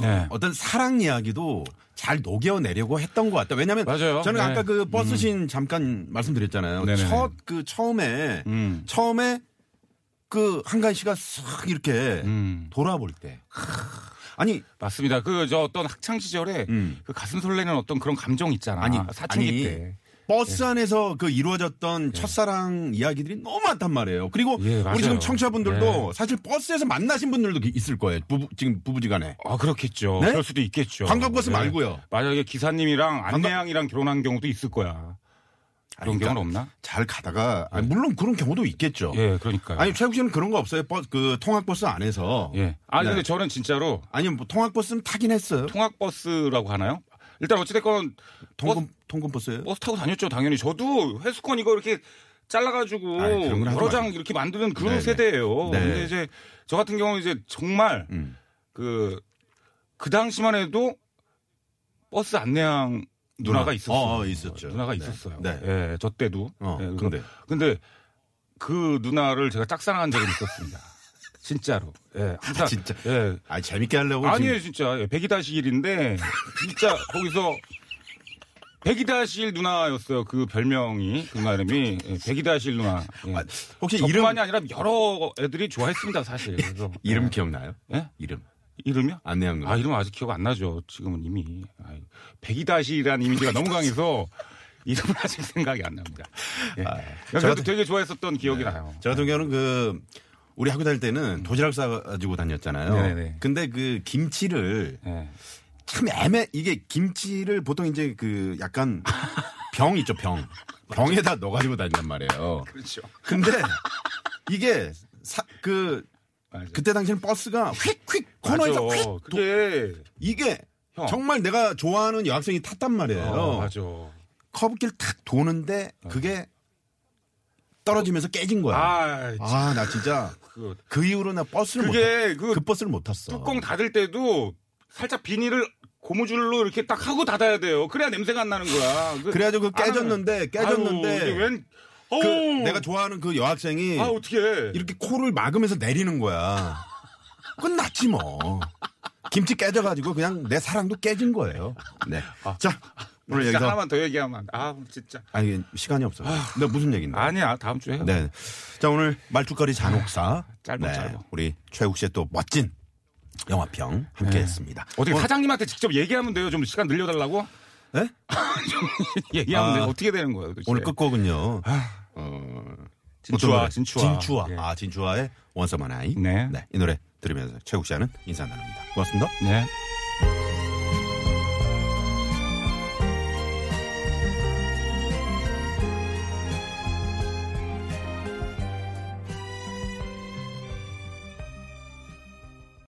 Speaker 3: 네.
Speaker 2: 어떤 사랑 이야기도 잘 녹여내려고 했던 것 같다. 왜냐하면
Speaker 3: 맞아요.
Speaker 2: 저는
Speaker 3: 네.
Speaker 2: 아까 그 버스신 잠깐 말씀드렸잖아요.
Speaker 3: 네네네.
Speaker 2: 첫 그 처음에
Speaker 3: 음.
Speaker 2: 처음에 그 한가희 씨가 싹 이렇게
Speaker 3: 음.
Speaker 2: 돌아볼 때 아니
Speaker 3: 맞습니다. 그 저 어떤 학창 시절에
Speaker 2: 음.
Speaker 3: 그 가슴 설레는 어떤 그런 감정 있잖아.
Speaker 2: 아니
Speaker 3: 사춘기
Speaker 2: 아니,
Speaker 3: 때.
Speaker 2: 버스
Speaker 3: 네.
Speaker 2: 안에서 그 이루어졌던 첫사랑 이야기들이 너무 많단 말이에요. 그리고
Speaker 3: 예, 맞아요. 네.
Speaker 2: 우리 지금 청취자분들도 사실 버스에서 만나신 분들도 기- 있을 거예요. 부부, 지금 부부지간에.
Speaker 3: 아 그렇겠죠.
Speaker 2: 네?
Speaker 3: 그럴 수도 있겠죠.
Speaker 2: 관광버스
Speaker 3: 네.
Speaker 2: 말고요.
Speaker 3: 만약에 기사님이랑
Speaker 2: 관광-
Speaker 3: 안내양이랑 결혼한 경우도 있을 거야. 그런
Speaker 2: 아니, 그러니까
Speaker 3: 경우는 없나?
Speaker 2: 잘 가다가 아니, 물론 그런 경우도 있겠죠.
Speaker 3: 예, 그러니까요.
Speaker 2: 아니 최국 씨는 그런 거 없어요. 버스, 그 통학버스 안에서.
Speaker 3: 예. 아니
Speaker 2: 네.
Speaker 3: 근데 저는 진짜로
Speaker 2: 아니 뭐 통학버스는 타긴 했어요.
Speaker 3: 통학버스라고 하나요? 일단 어찌됐건
Speaker 2: 통금 통금버스예요.
Speaker 3: 버스 타고 다녔죠 당연히. 저도 회수권 이거 이렇게 잘라가지고
Speaker 2: 아이, 그런 건 하지
Speaker 3: 여러 장
Speaker 2: 마세요.
Speaker 3: 이렇게 만드는 그런
Speaker 2: 네네.
Speaker 3: 세대예요.
Speaker 2: 네.
Speaker 3: 근데 이제 저 같은 경우는 이제 정말
Speaker 2: 음.
Speaker 3: 그, 그 당시만 해도 버스 안내양 누나가
Speaker 2: 누나.
Speaker 3: 있었어요.
Speaker 2: 어, 어, 있었죠.
Speaker 3: 누나가
Speaker 2: 네.
Speaker 3: 있었어요.
Speaker 2: 네.
Speaker 3: 예, 저 때도.
Speaker 2: 어,
Speaker 3: 예,
Speaker 2: 근데.
Speaker 3: 근데 그 누나를 제가 짝사랑한 적은 있었습니다. 진짜로. 예, 항상.
Speaker 2: 아, 진짜.
Speaker 3: 예.
Speaker 2: 아 재밌게 하려고
Speaker 3: 아니에요,
Speaker 2: 지금
Speaker 3: 진짜. 예, 백이다시일인데, 진짜 거기서 백이다시일 누나였어요. 그 별명이, 그 이름이. 예, 백이다시일 누나. 예.
Speaker 2: 아, 혹시 이름
Speaker 3: 저뿐만이 아니라 여러 애들이 좋아했습니다, 사실. 그래서.
Speaker 2: 이름 네.
Speaker 3: 예.
Speaker 2: 기억나요?
Speaker 3: 예?
Speaker 2: 이름
Speaker 3: 이름이요?
Speaker 2: 안내양 누나.
Speaker 3: 아 이름 은 아직 기억 안 나죠. 지금은 이미 아이, 백이다시라는 이미지가 너무 강해서 이름은 아직 생각이 안 납니다. 예.
Speaker 2: 아,
Speaker 3: 그래도
Speaker 2: 저한테- 네.
Speaker 3: 되게 좋아했었던 기억이 나요.
Speaker 2: 저 같은 경우는 그 우리 학교 다닐 때는 도시락 싸가지고 다녔잖아요.
Speaker 3: 음. 네네네.
Speaker 2: 근데 그 김치를
Speaker 3: 예.
Speaker 2: 참 애매 이게 김치를 보통 이제 그 약간 병 있죠 병 병에다 넣어가지고 다닌단 말이에요.
Speaker 3: 그렇죠.
Speaker 2: 근데 이게 사, 그
Speaker 3: 맞아.
Speaker 2: 그때 당시에는 버스가 휙휙 코너에서
Speaker 3: 맞아.
Speaker 2: 휙 도-
Speaker 3: 그래.
Speaker 2: 이게
Speaker 3: 형.
Speaker 2: 정말 내가 좋아하는 여학생이 탔단 말이에요.
Speaker 3: 어, 맞아. 어.
Speaker 2: 커브길 탁 도는데 그게 떨어지면서 깨진 거야.
Speaker 3: 아,
Speaker 2: 아 나 진짜
Speaker 3: 그,
Speaker 2: 그 이후로 나 버스를 못 탔,
Speaker 3: 그게 그
Speaker 2: 그 버스를 못 탔어.
Speaker 3: 뚜껑 닫을 때도 살짝 비닐을 고무줄로 이렇게 딱 하고 닫아야 돼요. 그래야 냄새가 안 나는 거야. 그,
Speaker 2: 그래가지고 그 깨졌는데 깨졌는데
Speaker 3: 아유, 이게 웬 어우
Speaker 2: 그 내가 좋아하는 그 여학생이
Speaker 3: 아 어떻게
Speaker 2: 이렇게 코를 막으면서 내리는 거야. 끝났지 뭐. 김치 깨져가지고 그냥 내 사랑도 깨진 거예요. 네. 자 오늘
Speaker 3: 아, 진짜
Speaker 2: 여기서
Speaker 3: 하나만 더 얘기하면 안 돼. 아 진짜
Speaker 2: 아니 시간이 없어. 근데 무슨 얘긴데?
Speaker 3: 아니야 다음 주에 해요.
Speaker 2: 네. 자 오늘 말죽거리 잔혹사
Speaker 3: 짧아,
Speaker 2: 네,
Speaker 3: 짧아.
Speaker 2: 우리 최욱 씨의 또 멋진 영화평 함께했습니다.
Speaker 3: 네. 어떻게
Speaker 2: 오늘-
Speaker 3: 사장님한테 직접 얘기하면 돼요. 좀 시간 늘려달라고
Speaker 2: 네?
Speaker 3: 얘기하면
Speaker 2: 아.
Speaker 3: 돼요. 어떻게 되는 거예요? 도대체?
Speaker 2: 오늘 끝곡은요.
Speaker 3: 아,
Speaker 2: 어,
Speaker 3: 진추와 진추와
Speaker 2: 아, 진추와
Speaker 3: 예.
Speaker 2: 아 진추와의 원서만아이
Speaker 3: 네.
Speaker 2: 이 노래 들으면서 최욱 씨와는 인사 나눕니다. 고맙습니다.
Speaker 3: 네.